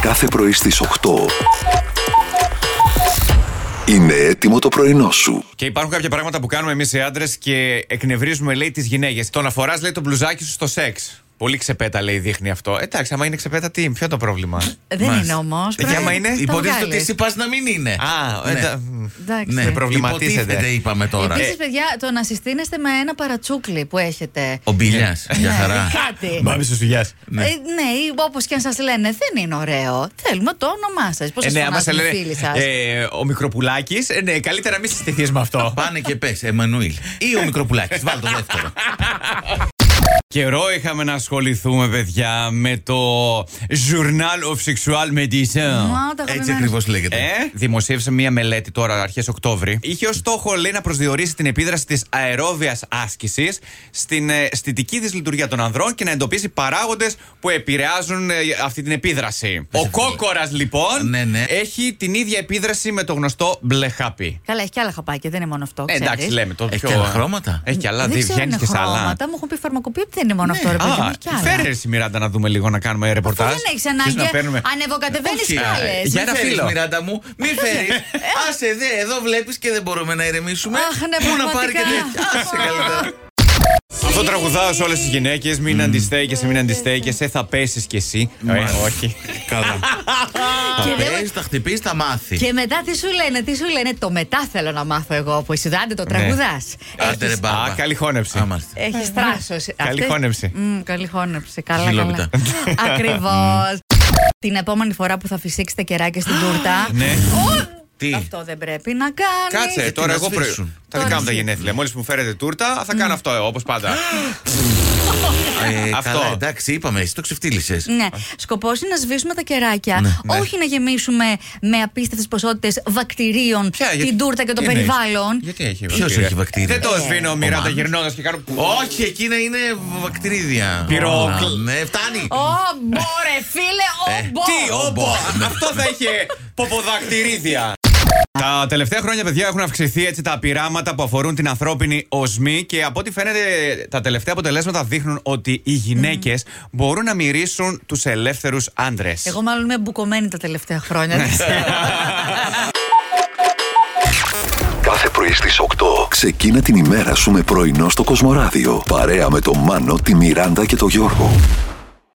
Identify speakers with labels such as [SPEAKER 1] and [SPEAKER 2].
[SPEAKER 1] κάθε πρωί στις 8. Είναι έτοιμο το πρωινό σου.
[SPEAKER 2] Και υπάρχουν κάποια πράγματα που κάνουμε εμείς οι άντρες και εκνευρίζουμε, λέει, τις γυναίκες. Το να φοράς, λέει, το μπλουζάκι σου στο σεξ. Πολύ ξεπέτα, λέει, δείχνει αυτό. Εντάξει, άμα είναι ξεπέτα, τι, ποιο το πρόβλημα.
[SPEAKER 3] Δεν
[SPEAKER 4] Μάλιστα.
[SPEAKER 3] είναι όμως.
[SPEAKER 2] Για Ε, άμα
[SPEAKER 3] Ε,
[SPEAKER 2] είναι,
[SPEAKER 4] Υποτίθεται ότι εσύ πας να μην είναι.
[SPEAKER 2] Α,
[SPEAKER 4] Ναι.
[SPEAKER 2] εντα-
[SPEAKER 3] Εντάξει.
[SPEAKER 2] με προβληματίσετε.
[SPEAKER 4] Υποτίθεται, είπαμε τώρα.
[SPEAKER 2] Ε,
[SPEAKER 3] Επίση, παιδιά, το να συστήνεστε με ένα παρατσούκλι που έχετε.
[SPEAKER 4] Ο Μπίλιας, για
[SPEAKER 3] Ναι,
[SPEAKER 4] χαρά.
[SPEAKER 3] Κάτι.
[SPEAKER 2] Μπάμπη σου σουγιά.
[SPEAKER 3] Ναι, ε, ναι όπως και αν σας λένε, δεν είναι ωραίο. Θέλουμε το όνομά σας. Πώς σας
[SPEAKER 2] ναι, άμα σε
[SPEAKER 3] φωνάζουν οι
[SPEAKER 2] λένε
[SPEAKER 3] φίλοι σας.
[SPEAKER 2] ε, ο Μικροπουλάκης, ε, ναι, καλύτερα μην συστηθείς με αυτό.
[SPEAKER 4] Πάνε και πες, Εμμανουήλ. Ή ο Μικροπουλάκης. Βάλ το δεύτερο.
[SPEAKER 2] Καιρό είχαμε να ασχοληθούμε, παιδιά, με το Journal of Sexual Medicine.
[SPEAKER 3] Μα, τα
[SPEAKER 4] Έτσι
[SPEAKER 3] χαμένα-
[SPEAKER 4] ακριβώς λέγεται.
[SPEAKER 2] Ε, δημοσίευσε μία μελέτη τώρα αρχές Οκτώβρη. Είχε ως στόχο, λέει, να προσδιορίσει την επίδραση της αερόβιας άσκησης στην ε, αισθητική δυσλειτουργία των ανδρών και να εντοπίσει παράγοντες που επηρεάζουν ε, αυτή την επίδραση. Ο κόκορας, λοιπόν,
[SPEAKER 4] Ναι, ναι.
[SPEAKER 2] έχει την ίδια επίδραση με το γνωστό μπλε χάπι.
[SPEAKER 3] Καλά, έχει και άλλα χαπάκια, δεν είναι μόνο αυτό.
[SPEAKER 2] Ε,
[SPEAKER 3] Ξέρεις.
[SPEAKER 2] εντάξει, λέμε το
[SPEAKER 4] Έχει
[SPEAKER 2] πιο.
[SPEAKER 4] και άλλα χρώματα.
[SPEAKER 2] Έχει και άλλα,
[SPEAKER 3] δεν
[SPEAKER 2] δι-
[SPEAKER 3] ξέρω αν
[SPEAKER 2] βγαίνεις
[SPEAKER 3] είναι
[SPEAKER 2] και σε άλλα. Ε, Ναι,
[SPEAKER 3] χρώματα. Μου έχουν πει φαρμακοποιοί ότι δεν είναι μόνο αυτό, ρε παιδί μου.
[SPEAKER 2] Α,
[SPEAKER 3] έχει και άλλα.
[SPEAKER 2] φέρε εσύ, Μιράντα, να δούμε λίγο να κάνουμε ρεπορτάζ.
[SPEAKER 3] δεν έχεις
[SPEAKER 2] Ποιος
[SPEAKER 3] ανάγκη.
[SPEAKER 2] να παίρνουμε.
[SPEAKER 3] Ανεβοκατεβαίνεις
[SPEAKER 2] Όχι,
[SPEAKER 3] κι άλλες.
[SPEAKER 2] ε,
[SPEAKER 3] Μη
[SPEAKER 2] Για ένα
[SPEAKER 4] φέρεις,
[SPEAKER 2] φίλο.
[SPEAKER 4] Μιράντα μου, μη φέρει. Άσε δε, εδώ βλέπεις και δεν μπορούμε να ηρεμήσουμε.
[SPEAKER 3] Ε. Αχ, ναι,
[SPEAKER 4] Πού να πάρει και
[SPEAKER 3] πραγματικά.
[SPEAKER 4] τέτοια. Άσε καλύτερα.
[SPEAKER 2] Αυτό τραγουδάω σε όλες τις γυναίκες. Μην αντιστέκεσαι, μην αντιστέκεσαι. Θα πέσεις κι εσύ. Ε, Όχι.
[SPEAKER 4] Καλά.
[SPEAKER 3] Και
[SPEAKER 4] Θα
[SPEAKER 3] δεν-
[SPEAKER 4] παίζει, θα χτυπήσεις, θα μάθεις.
[SPEAKER 3] Και μετά τι σου λένε, τι σου λένε, το μετά θέλω να μάθω εγώ που εσύ δεν το τραγουδάς.
[SPEAKER 4] Άντε ρε μπάμπα.
[SPEAKER 2] Ναι. Α, καλή χώνευση.
[SPEAKER 4] Α, μάλιστα.
[SPEAKER 3] Έχεις τράσος.
[SPEAKER 2] χώνευση.
[SPEAKER 3] Καλή χώνευση. Καλά,
[SPEAKER 4] Χιλόπιτα.
[SPEAKER 3] καλά. Ακριβώς. Την επόμενη φορά που θα φυσήξετε κεράκια στην τούρτα.
[SPEAKER 2] Ναι.
[SPEAKER 4] Τι.
[SPEAKER 3] Αυτό δεν πρέπει να κάνεις.
[SPEAKER 2] Κάτσε, τώρα
[SPEAKER 4] να
[SPEAKER 2] εγώ προ...
[SPEAKER 4] σβήσουν.
[SPEAKER 2] Τα δικά μου τα γενέθλια. Μόλις μου φέρετε τούρτα, θα κάνω αυτό όπως πάντα.
[SPEAKER 4] Ε,
[SPEAKER 2] Αυτό.
[SPEAKER 4] Καλά, εντάξει, είπαμε, εσύ το ξεφτύλισε.
[SPEAKER 3] Ναι. Σκοπός είναι να σβήσουμε τα κεράκια.
[SPEAKER 2] Ναι,
[SPEAKER 3] Όχι να γεμίσουμε με απίστευτες ποσότητες βακτηρίων
[SPEAKER 2] Ποια,
[SPEAKER 3] την
[SPEAKER 2] γιατί-
[SPEAKER 3] τούρτα και το
[SPEAKER 2] τι εννοείς?
[SPEAKER 3] περιβάλλον.
[SPEAKER 2] Γιατί έχει
[SPEAKER 4] Ποιος έχει βακτήρια?
[SPEAKER 2] Δεν το
[SPEAKER 4] Ε,
[SPEAKER 2] σβήνω,
[SPEAKER 4] ο
[SPEAKER 2] Μιράντα,
[SPEAKER 4] Μάνος.
[SPEAKER 2] γυρνώντας και κάνω.
[SPEAKER 4] Όχι, εκείνα είναι βακτηρίδια.
[SPEAKER 2] Πυρό-
[SPEAKER 4] Α, Ναι, φτάνει.
[SPEAKER 3] Ω, μπόρε, φίλε,
[SPEAKER 4] Ε,
[SPEAKER 3] ω, μπο.
[SPEAKER 2] Τι,
[SPEAKER 4] Ω,
[SPEAKER 2] όμπο!
[SPEAKER 4] μπο.
[SPEAKER 2] Αυτό θα είχε ποποδακτηρίδια. Τα τελευταία χρόνια, παιδιά, έχουν αυξηθεί έτσι τα απειράματα που αφορούν την ανθρώπινη οσμή και από ό,τι φαίνεται, τα τελευταία αποτελέσματα δείχνουν ότι οι γυναίκες μπορούν να μυρίσουν τους ελεύθερους άντρες.
[SPEAKER 3] Εγώ μάλλον είμαι μπουκωμένη τα τελευταία χρόνια.
[SPEAKER 2] Ναι.
[SPEAKER 3] δεν ξέρω.
[SPEAKER 1] Κάθε πρωί στις 8. Ξεκίνα την ημέρα σου με πρωινό στο Κοσμοράδιο. Παρέα με τον Μάνο, τη Μιράντα και τον Γιώργο.